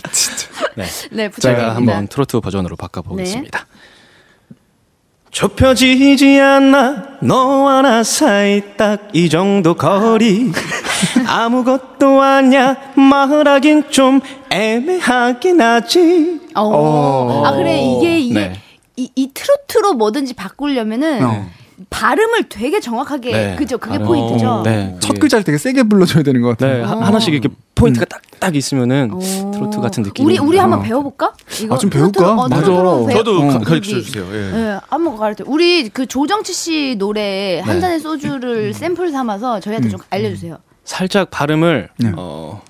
F: 네.
C: 네, 네.
F: 제가 한번
C: 부탁드립니다.
F: 트로트 버전으로 바꿔보겠습니다. 좁혀지지 않아 너와 나 사이 딱 이 정도 거리 아무것도 아냐 말하긴 좀 애매하긴 하지
C: 어. 아 그래 이게 이게
F: 네.
C: 이, 이 트로트로 뭐든지 바꾸려면은
B: 어.
C: 발음을 되게 정확하게
F: 네,
C: 예, 그죠 그게
F: 발음.
C: 포인트죠.
F: 네,
B: 첫 글자를 되게 세게 불러줘야 되는 것 같아.
F: 네 하- 하나씩 이렇게 포인트가 딱딱 있으면은
C: 음. 오.
F: 트로트 같은 느낌
C: 우리 우리 한번
B: 어.
C: 배워볼까? 이거
B: 아, 좀
C: 트로트로-
B: 배울까?
C: 어,
B: 맞아.
C: 트로트로 배워-
A: 저도 가-
C: 여기.
A: 가르쳐 주세요. 예.
C: 예, 한번 가르쳐. 우리 그 조정치 씨 노래 한
F: 네. 음.
C: 잔의 소주를 샘플 삼아서 저희한테 좀 알려주세요.
F: 살짝 발음을
B: 네.
F: 어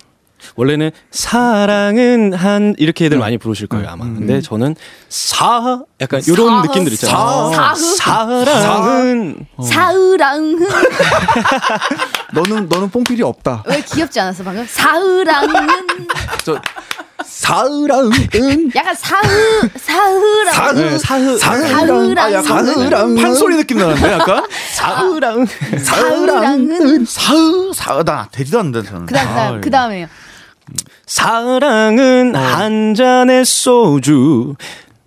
F: 원래는 사랑은 한 이렇게들 많이 부르실 거예요 아마 근데 저는 사 약간 이런
C: 사흐.
F: 느낌들 있잖아요 어.
C: 사흐.
F: 사랑은
C: 사으랑은
B: 너는 너는 뽕필이 없다.
C: 왜 귀엽지 않았어 방금? 사으랑은
B: 저 사으랑 은
C: 약간 사으 사으랑
B: 사으
F: 네.
B: 사으
C: 사으랑
B: 사으랑 사으랑
A: 판소리 느낌 나는데 약간
F: 사랑
C: 사으랑은
A: 사으 사으다 되지도 않는데 저는.
C: 그다음 그다음
A: 아,
C: 그다음에요.
F: 사랑은 한 잔의 소주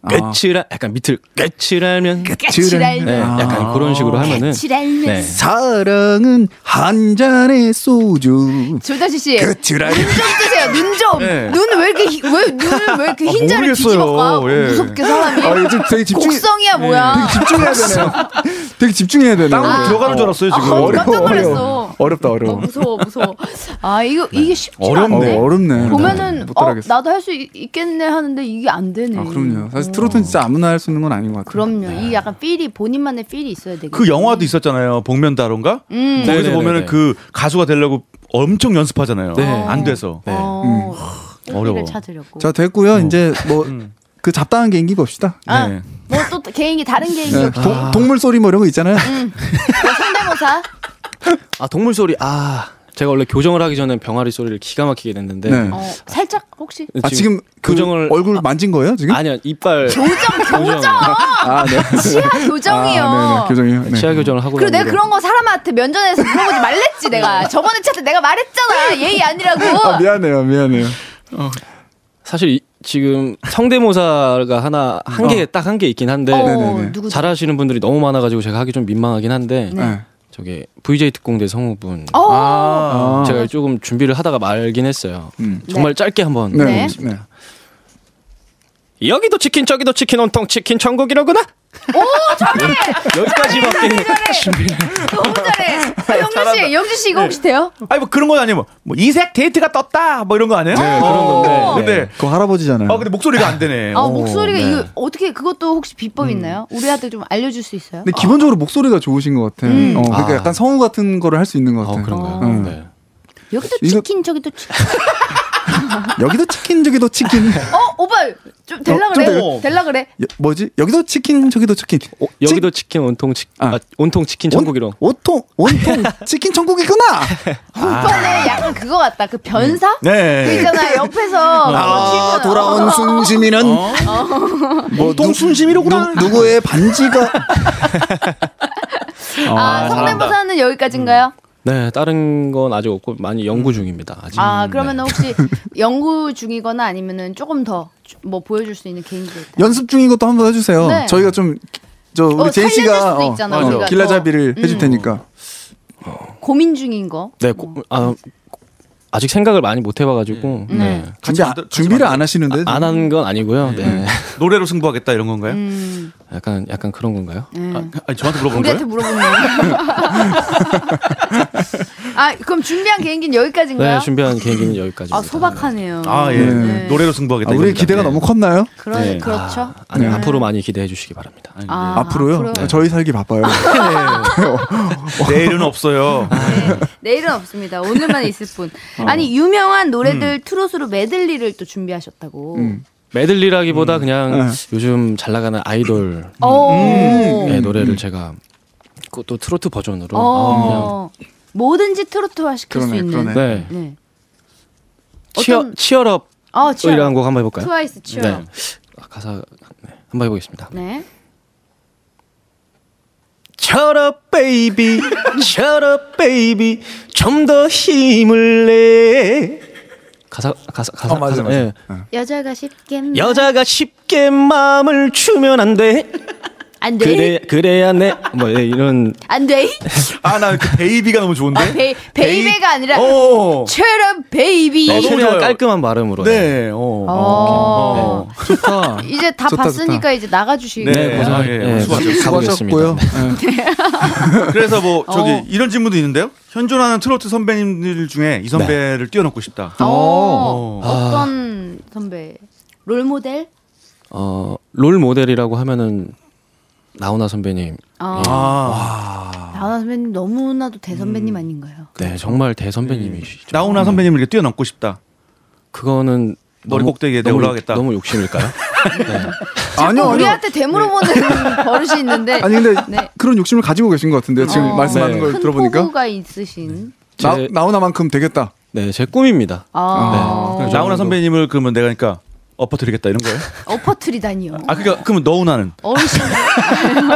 F: 끝을 아. 약간 밑을 끝을 알면
C: 깨칠할
F: 네, 약간 그런 식으로 하면은
C: 깨칠할
F: 네.
B: 사랑은 한 잔의 소주
C: 조다시 씨.
B: 끝을 알
C: 눈 좀 뜨세요. 눈 좀.
A: 예.
C: 눈 왜 이렇게 희- 왜 눈을 왜 이렇게 흰자를
A: 모르겠어요.
C: 뒤집어 가?
A: 예.
C: 무섭게 사람이.
B: 아, 이거 좀 되게 집중
C: 곡성이야 뭐야?
B: 되게 집중해야 되네. 되게 집중해야 되네.
A: 땅으로 들어가는 줄 알았어요 지금.
C: 어,
A: 어려워.
C: 아, 깜짝 놀랐어.
B: 어려워. 어렵다
C: 어,
B: 어려워.
C: 무서워 무서워. 아 이거 이게 쉽지
B: 어,
A: 어렵네.
C: 않네.
B: 어렵네.
C: 보면은
B: 못
C: 어,
B: 따라하겠어.
C: 나도 할 수 있겠네 하는데 이게 안 되네.
B: 아 그럼요. 사실
C: 어.
B: 트로트는 진짜 아무나 할 수 있는 건 아닌 것 같아요.
C: 그럼요. 이 약간 필이 본인만의 필이 있어야 되고.
A: 그 영화도 있었잖아요. 복면다론가.
C: 음.
A: 거기서
F: 네네네네.
A: 보면은 그 가수가 되려고 엄청 연습하잖아요.
F: 네.
A: 안 돼서
F: 네.
C: 어, 어려워.
A: 어려워.
C: 찾으려고.
B: 자 됐고요. 이제 뭐 그 잡다한 개인기 봅시다.
C: 아,
A: 네.
C: 뭐 또 개인기 다른 개인기
B: 네, 동- 동물 소리 뭐 이런 거 있잖아요.
C: 뭐 성대모사.
F: 아 동물 소리 아 제가 원래 교정을 하기 전에 병아리 소리를 기가 막히게 냈는데
B: 네.
C: 어, 살짝 혹시
B: 아 지금 그
F: 교정을-
B: 얼굴 만진 거예요 지금?
F: 아니야 이빨
C: 교정 교정
B: 아, 네.
C: 치아 교정이요.
B: 아, 네, 네, 교정이요. 네.
F: 치아 교정을 하고
C: 그리고 내가
F: 나니까
C: 그런 거 사람한테 면전에서 물어보지 말랬지 내가 저번에 차때 내가 말했잖아 예의 아니라고
B: 아, 미안해요, 미안해요.
F: 사실 이- 지금 성대모사가 하나 한 개 딱 한 개 있긴 한데
C: 어,
B: 어. 네네네.
C: 누구
F: 잘하시는 분들이 너무 많아가지고 제가 하기 좀 민망하긴 한데
B: 네.
F: 저기 VJ 특공대 성우분
C: 어
B: 아,
F: 제가 조금 준비를 하다가 말긴 했어요.
B: 음.
F: 정말 짧게 한번
B: 네.
C: 네.
B: 네.
H: 여기도 치킨 저기도 치킨 온통 치킨 천국이로구나
F: 여기까지밖에
C: 너무 잘해 아, 영주 씨 영주 씨 이거 혹시 돼요?
A: 아니 뭐 그런 건 아니에요. 뭐, 뭐 이색 데이트가 떴다 뭐 이런 거 아니에요?
F: 네, 그런 건데.
A: 근데
B: 그거 할아버지잖아요.
A: 아 근데 목소리가 안 되네.
C: 아
A: 어.
C: 목소리가
F: 네.
C: 이거 어떻게 그것도 혹시 비법 있나요? 우리한테 좀 알려줄 수 있어요?
B: 음. 근데 기본적으로 목소리가 좋으신 것 같아요.
C: 음.
B: 어, 그러니까
F: 아.
B: 약간 성우 같은 거를 할 수 있는 것 같아요.
F: 어, 그런가요?
B: 음.
F: 네.
C: 여기도
B: 이거-
C: 치킨 저기도 치킨
B: 여기도 치킨, 저기도 치킨.
C: 어 오빠 좀 될라
B: 어, 좀
C: 그래
A: 돼요.
C: 될라 그래
B: 여- 뭐지? 여기도 치킨, 저기도 치킨.
F: 어, 여기도 치킨 온통 치킨
B: 아.
F: 아. 온통 치킨 천국이로
B: 온통, 온통 치킨 천국이구나! 아.
C: 오빠네 약간 그거 같다 그 변사? 그
A: 네.
C: 있잖아 옆에서 뭐
B: 아,
C: 어.
B: 돌아온 순심이는
F: 어? 뭐
A: 보통 순심이로구나.
B: 누, 구의 반지가.
C: 아 성대모사는 여기까지인가요?
F: 네 다른 건 아직 없고 많이 연구 중입니다 아직
C: 아
F: 음,
C: 그러면
F: 네.
C: 은 혹시 연구 중이거나 아니면은 조금 더 뭐 보여줄 수 있는 개인기 있다.
B: 연습 중인 것도 한번 해주세요.
C: 네.
B: 저희가 좀, 저, 우리
C: 어,
B: 제이
C: 살려줄
B: 씨가 어,
C: 수도 있잖아, 우리가 더.
B: 길라잡이를
C: 음.
B: 해줄 테니까.
C: 고민 중인 거.
F: 네 고, 아, 아직 생각을 많이 못 해봐가지고
C: 네.
F: 네.
B: 준비, 아-
A: 만들- 같이
B: 준비를
A: 만들-
B: 안 하시는데.
F: 안 한 건 아니고요 네.
A: 노래로 승부하겠다 이런 건가요?
C: 음,
F: 약간 약간 그런 건가요?
C: 네.
A: 아, 아니, 저한테 물어보는
C: 우리한테
A: 거예요?
C: 물어보는 아 그럼 준비한 개인기는 여기까지인가요?
F: 네 준비한 계획은 여기까지입니다.
C: 아 소박하네요.
A: 아 예.
B: 네.
A: 노래로 승부하겠다.
B: 아, 우리
F: 그러니까.
A: 이겁니다.
B: 기대가
A: 네.
B: 너무 컸나요?
C: 그런
F: 네.
C: 그렇죠.
F: 아, 아니
B: 네.
F: 앞으로 많이 기대해 주시기 바랍니다.
A: 아니,
C: 아,
B: 앞으로요?
C: 앞으로.
B: 저희 살기 바빠요.
A: 네. 내일은 없어요.
C: 네. 내일은 없습니다. 오늘만 있을 뿐. 아니 유명한 노래들 트롯으로 메들리를 또 준비하셨다고.
B: 음.
F: 메들리라기보다 그냥
B: 네.
F: 요즘 잘 나가는 아이돌의
C: 오.
F: 노래를 제가 그또 트로트 버전으로
C: 음. 어. 뭐든지 트로트화 시킬
B: 그러네,
C: 수 있는.
B: 그러네.
F: 그냥 네
C: 네.
F: 치어
C: 어떤-
F: 치얼업이라는
C: 아, 치어.
F: 곡 한번 해볼까요?
C: 트와이스 치어.
F: 네
C: 네.
F: 아, 가사 네. 한번 해보겠습니다.
C: 네.
H: 철업 베이비 철업 베이비 좀 더 힘을 내
F: 가사 가사 예. 가사
B: 어, 맞아,
F: 가사,
B: 맞아.
F: 예.
C: 여자가 쉽게
H: 여자가 쉽게 마음을 주면 안돼
C: 안 돼.
F: 그래 그래야 내뭐 예, 이런
C: 안 돼.
B: 어.
A: 아 나 그 베이비가 너무 좋은데.
C: 아, 베이, 베이베가 아니라
A: 어.
C: 최럽 베이비.
A: 네, 최-
F: 최대한
A: 좋아요.
F: 깔끔한 발음으로 네.
A: 네. 어.
C: 어.
B: 좋다.
C: 이제 다
B: 네. 좋다,
C: 봤으니까
B: 좋다.
C: 이제 나가 주시고.
A: 네.
F: 네, 고생-
A: 아, 예.
F: 네,
A: 수고하셨어요.
F: 가보겠습니다.
B: 수고하셨고요. 네.
A: 그래서 뭐 저기
C: 어.
A: 이런 질문도 있는데요. 현존하는 트로트 선배님들 중에
B: 네.
A: 이 선배를 뛰어넘고 싶다.
C: 어.
A: 어.
C: 어떤
B: 아.
C: 선배? 롤 모델?
F: 어롤 모델이라고 하면은 나훈아 선배님
C: 어.
A: 아.
C: 나훈아 선배님 너무나도
B: 음.
C: 대선배님 아닌가요?
F: 네 정말 대선배님이시죠.
A: 나훈아 선배님을 이렇게 뛰어넘고 싶다.
F: 그거는
A: 머리
F: 너무-
A: 꼭대기에
F: 너무-
A: 올라가겠다.
F: 너무 욕심일까요?
B: 아니요, 아니요.
C: 어, 우리한테 되물어보는 버릇이 있는데.
B: 아니 근데
C: 네.
B: 그런 욕심을 가지고 계신 것 같은데요. 지금
C: 어.
B: 말씀하는
F: 네.
B: 걸
C: 큰
B: 들어보니까
C: 포부가 있으신.
B: 나,
F: 제-
B: 나오나만큼 되겠다.
F: 네 제 꿈입니다.
B: 네.
C: 아.
A: 그럼 나훈아 선배님을 그러면 내가 그러니까 엎어드리겠다 이런 거예요?
C: 엎어트리다니요.
A: 아 그러니까 그러면 너우나는
C: 어르신.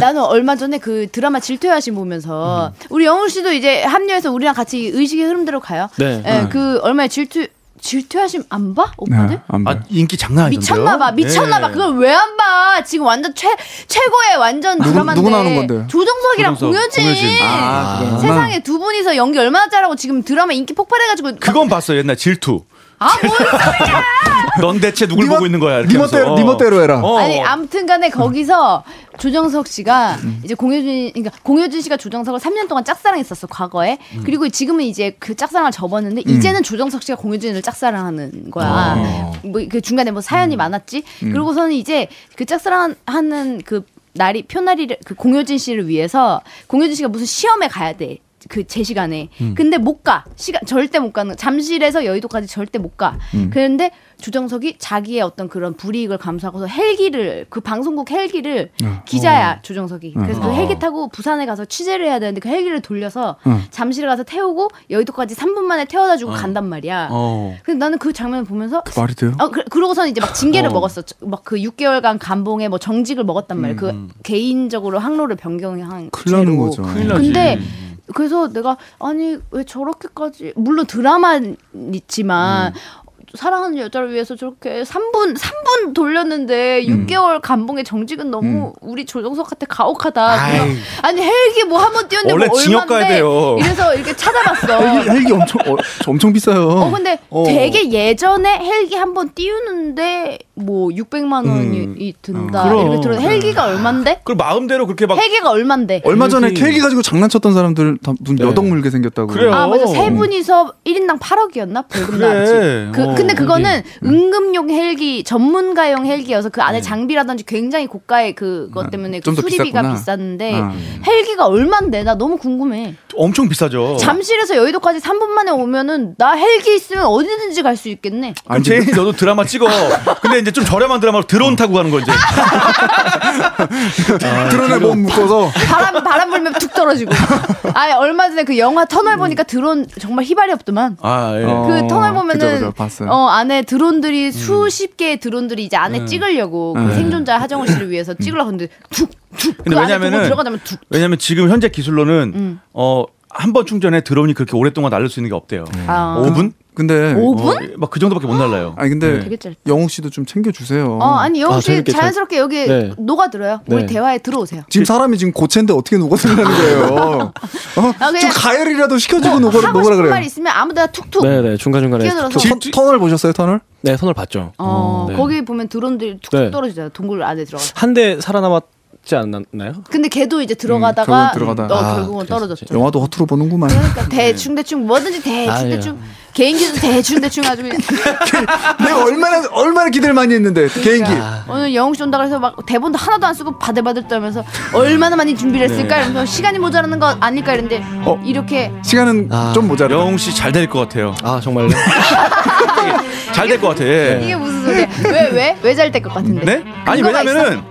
C: 나는 얼마 전에 그 드라마 질투의 여신 보면서
B: 음.
C: 우리 영우 씨도 이제 합류해서 우리랑 같이 의식의 흐름대로 가요.
F: 네.
C: 예, 그 얼마에 질투 질투의 여신 안 봐? 오빠들?
B: 음. 네, 안
A: 아
B: 봐요.
A: 인기 장난 아니던데요?
C: 미쳤나봐, 미쳤나봐.
A: 예.
C: 그걸 왜 안 봐? 지금 완전 최 최고의 완전
B: 누구-
C: 드라마인데.
B: 누구 나오는 건데요?
C: 조정석이랑
A: 조정석,
C: 공효진.
A: 공효진.
B: 아, 그러구나.
C: 세상에 두 분이서 연기 얼마나 잘하고 지금 드라마 인기 폭발해가지고.
A: 그건 봤어요 옛날 질투.
C: 아뭔 소리야?
A: 넌 대체 누굴
B: 니마-
A: 보고 있는 거야? 이렇게
B: 니멋대로-
A: 하면서.
B: 니멋대로 해라.
A: 어.
C: 아니 아무튼간에 거기서 조정석 씨가 이제 공효준 그러니까 공효준 씨가 조정석을 3년 동안 짝사랑했었어 과거에 그리고 지금은 이제 그 짝사랑을 접었는데 이제는 조정석 씨가 공효준을 짝사랑하는 거야 뭐 그 중간에 뭐 사연이 많았지 그러고서는 이제 그 짝사랑하는 그 날이 표나리를 그 공효진 씨를 위해서 공효진 씨가 무슨 시험에 가야 돼. 그 제 시간에.
B: 음.
C: 근데 못 가. 시간 절대 못 가는. 잠실에서 여의도까지 절대 못 가.
B: 음.
C: 그런데 조정석이 자기의 어떤 그런 불이익을 감수하고서 헬기를 그 방송국 헬기를
B: 어.
C: 기자야 조정석이. 그래서 그
F: 어.
C: 헬기 타고 부산에 가서 취재를 해야 되는데 그 헬기를 돌려서
B: 어.
C: 잠실에 가서 태우고 여의도까지 3분 만에 태워다 주고 간단 말이야.
B: 어.
C: 근데 나는 그 장면을 보면서
B: 그 말이 돼요?
C: 어, 그, 그러고선 이제 막 징계를 먹었어. 막 그 6개월간 감봉에 뭐 정직을 먹었단 말이야. 그 개인적으로 항로를 변경한
B: 음, 큰일 나는
C: 죄로.
B: 거죠.
A: 큰일 나지.
C: 근데 그래서 내가 아니 왜 저렇게까지 물론
A: 음.
C: 드라마지만 사랑하는 여자를 위해서 저렇게 3분 3분 돌렸는데
A: 음.
C: 6개월 감봉의 정직은 너무 우리 조정석한테 가혹하다. 그래서 아니 헬기 뭐 한 번 뛰었는데
A: 원래
C: 뭐
A: 징역 가야
C: 얼만데
A: 돼요.
C: 이래서 이렇게 찾아봤어.
B: 헬기, 헬기 엄청 어, 저 엄청 비싸요.
C: 어 근데
B: 어.
C: 되게 예전에 헬기 한 번 띄우는데 뭐 600만 원이
B: 음.
C: 이 든다.
A: 아, 그럼.
C: 이렇게 들어 헬기가 얼만데?
A: 그럼 마음대로 그렇게 막
C: 헬기가 얼만데?
B: 얼마 전에 헬기 가지고 장난쳤던 사람들 다눈 여덕 물게 생겼다고.
A: 그래요.
C: 아 맞아 세 분이서 1인당 8억이었나 벌금
A: 그래.
C: 나왔지. 그
A: 어,
C: 근데 그거는
B: 음.
C: 응급용 헬기 전문가용 헬기여서 그 안에 장비라든지 굉장히 고가의 그것 때문에 그
B: 아, 좀더
C: 수리비가
B: 비쌌구나.
C: 비쌌는데
B: 아.
C: 헬기가 얼만데 나 너무 궁금해.
A: 엄청 비싸죠.
B: 어.
C: 잠실에서 여의도까지 3분 만에 오면은 나 헬기 있으면 어디든지 갈 수 있겠네.
A: 그럼 제인 너도 드라마 찍어. 근데 이제 좀 저렴한 드라마로 드론 타고 가는 거 이제.
B: 드러내 몸 묶어서
C: 바람 바람 불면 툭 떨어지고. 아 얼마 전에 그 영화 터널 보니까 드론 정말 희발이 없더만.
A: 아 예.
B: 어.
C: 그 터널
B: 그죠,
C: 보면은
B: 그죠. 봤어요. 음.
C: 어 안에 드론들이 수십 개의 드론들이 이제
F: 음.
C: 안에 찍으려고 그
B: 네.
C: 생존자 하정우 씨를 위해서
B: 음.
C: 찍으려고 하는데 툭툭 그
A: 근데
C: 안에
A: 왜냐면은
C: 두고 들어가자면 툭
A: 왜냐면 지금 현재 기술로는
C: 음.
A: 어. 한 번 충전에 드론이 그렇게 오랫동안 날릴 수 있는 게 없대요.
C: 아.
A: 5분?
B: 근데
C: 5분?
A: 막 그 정도밖에 못 날라요.
B: 아니 근데
C: 되게 짧다.
B: 영욱 씨도 좀 챙겨 주세요.
C: 어, 아니 영우
F: 아,
C: 씨
F: 재밌게 잘-
C: 자연스럽게 여기
F: 네.
C: 녹아들어요. 우리
F: 네.
C: 대화에 들어오세요.
B: 지금 사람이 지금 고체인데 어떻게 녹아들라는 거예요? 어?
C: 아, 그냥-
B: 좀 가열이라도 시켜주고 녹아
C: 하고
B: 녹으라
C: 싶은
B: 그래요.
C: 말 있으면 아무데나 툭툭.
F: 네네 중간 중간에
C: 끼어들어서.
B: 저 터- 터널 보셨어요 터널?
F: 네 손을 봤죠.
C: 어
F: 네.
C: 거기 보면 드론들이 툭툭
F: 네.
C: 떨어지잖아요. 동굴 안에 들어가서.
F: 한 대 살아남았지 않았나요?
C: 근데 걔도 이제 들어가다가
B: 음, 결국은 들어가다가-
C: 어,
F: 아,
C: 결국은
F: 그래서
C: 떨어졌죠.
B: 영화도 음. 허투루 보는구만.
C: 그러니까 대충 대충 뭐든지
F: 아,
C: 대충
F: 예.
C: 대충 개인기도 대충 대충 아주 그냥
B: 내가 얼마나 얼마나 기대를 많이 했는데 개인기.
C: 그러니까
A: 예.
C: 오늘 영웅 씨 온다 그래서 막 대본도 하나도 안 쓰고 바들바들 떨면서 얼마나 많이
A: 네.
C: 준비를 했을까 이러면서 시간이 모자라는 거 아닐까 이랬는데
B: 어?
C: 이렇게
B: 시간은
F: 아.
B: 좀 모자라.
A: 영웅 씨 잘 될 것 같아요.
F: 아 정말요?
A: 잘 될 것 같아. 예.
C: 이게 무슨 소리야 왜 왜 왜 잘 될 것 같은데
A: 네? 아니
C: 근거가
A: 왜냐면은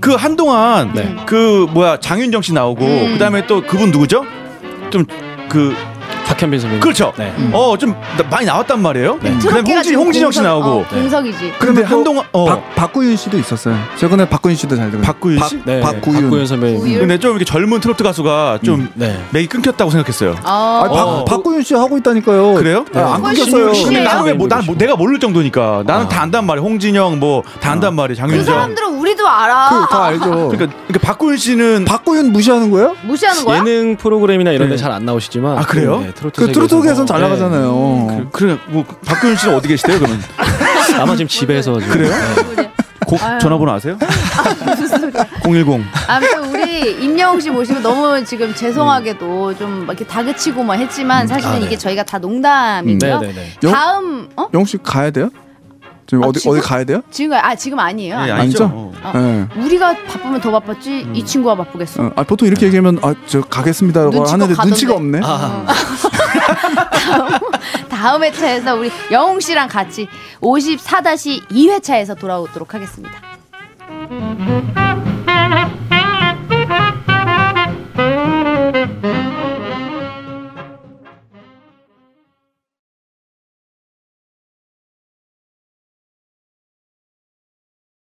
A: 그 한동안
F: 네.
A: 그 뭐야 장윤정 씨 나오고
C: 음.
A: 그다음에 또 그분 누구죠? 좀 그
F: 박현빈 선배님.
A: 그렇죠.
F: 네.
A: 어좀 많이 나왔단 말이에요.
F: 네.
A: 그다음에
C: 트롯계가
A: 홍진
C: 지금
A: 홍진영 씨
C: 공석-
A: 나오고.
C: 어, 공석이지
A: 근데
B: 그리고 또
A: 한동안 어
B: 박 박구윤 씨도 있었어요. 최근에 박구윤 씨도 잘 되고.
A: 박구윤 씨?
F: 네,
B: 박구윤.
F: 박구윤 선배님.
C: 우유.
A: 근데 좀 이렇게 젊은 트로트 가수가 좀
F: 네.
A: 맥이 끊겼다고 생각했어요.
C: 아,
B: 아, 박,
A: 어.
B: 박구윤 씨 하고 있다니까요.
A: 그래요?
B: 아, 안
C: 박구윤 씨
B: 끊겼어요.
C: 신인-
A: 근데
C: 신인-
A: 나는 왜 뭐, 난,
F: 그러시죠.
A: 뭐 내가 모를 정도니까 나는 다 안단 말이야. 홍진영 뭐 다 안단 말이야.
C: 그
A: 장윤정.
C: 사람들은 우리도 알아
B: 그다 알죠.
A: 그러니까, 그러니까 박구윤 씨는
B: 박구윤 무시하는 거예요?
A: 그
C: 무시하는 거야
F: 예능 프로그램이나 이런
A: 네.
F: 데 잘 안 나오시지만
A: 아, 그래요?
F: 네, 트로트
B: 그 트로트계에서는
F: 세계에서-
B: 잘 나가잖아요.
A: 그- 그래 뭐 박구윤 씨는 어디 계시대요 그러면?
F: 네, 아마 지금 집에서 지금.
A: 그래요?
C: 그래.
A: 곡
C: 아유.
A: 전화번호 아세요? 예, 010.
C: 아무튼 우리 임영웅 씨 모시고 너무 지금 죄송하게도 좀 이렇게 다그치고 뭐 했지만 사실은
F: 아, 네.
C: 이게 저희가 다 농담이고요
F: 네, 네, 네.
B: 영-
C: 다음 어
B: 영씨 가야 돼요? 지금
C: 아,
B: 어디
C: 지금?
B: 어디 가야 돼요?
C: 지금 아 지금 아니에요
A: 예,
B: 아니죠?
A: 아니죠?
C: 아.
B: 예.
C: 우리가 바쁘면 더 바빴지 이 친구가 바쁘겠어.
B: 어, 아, 보통 이렇게 얘기하면 아, 저 가겠습니다라고
C: 눈치껏
B: 하는데
C: 가던데.
B: 눈치가 없네.
A: 아,
C: 다음 회차에서 우리 영웅 씨랑 같이 54-2회차에서 돌아오도록 하겠습니다.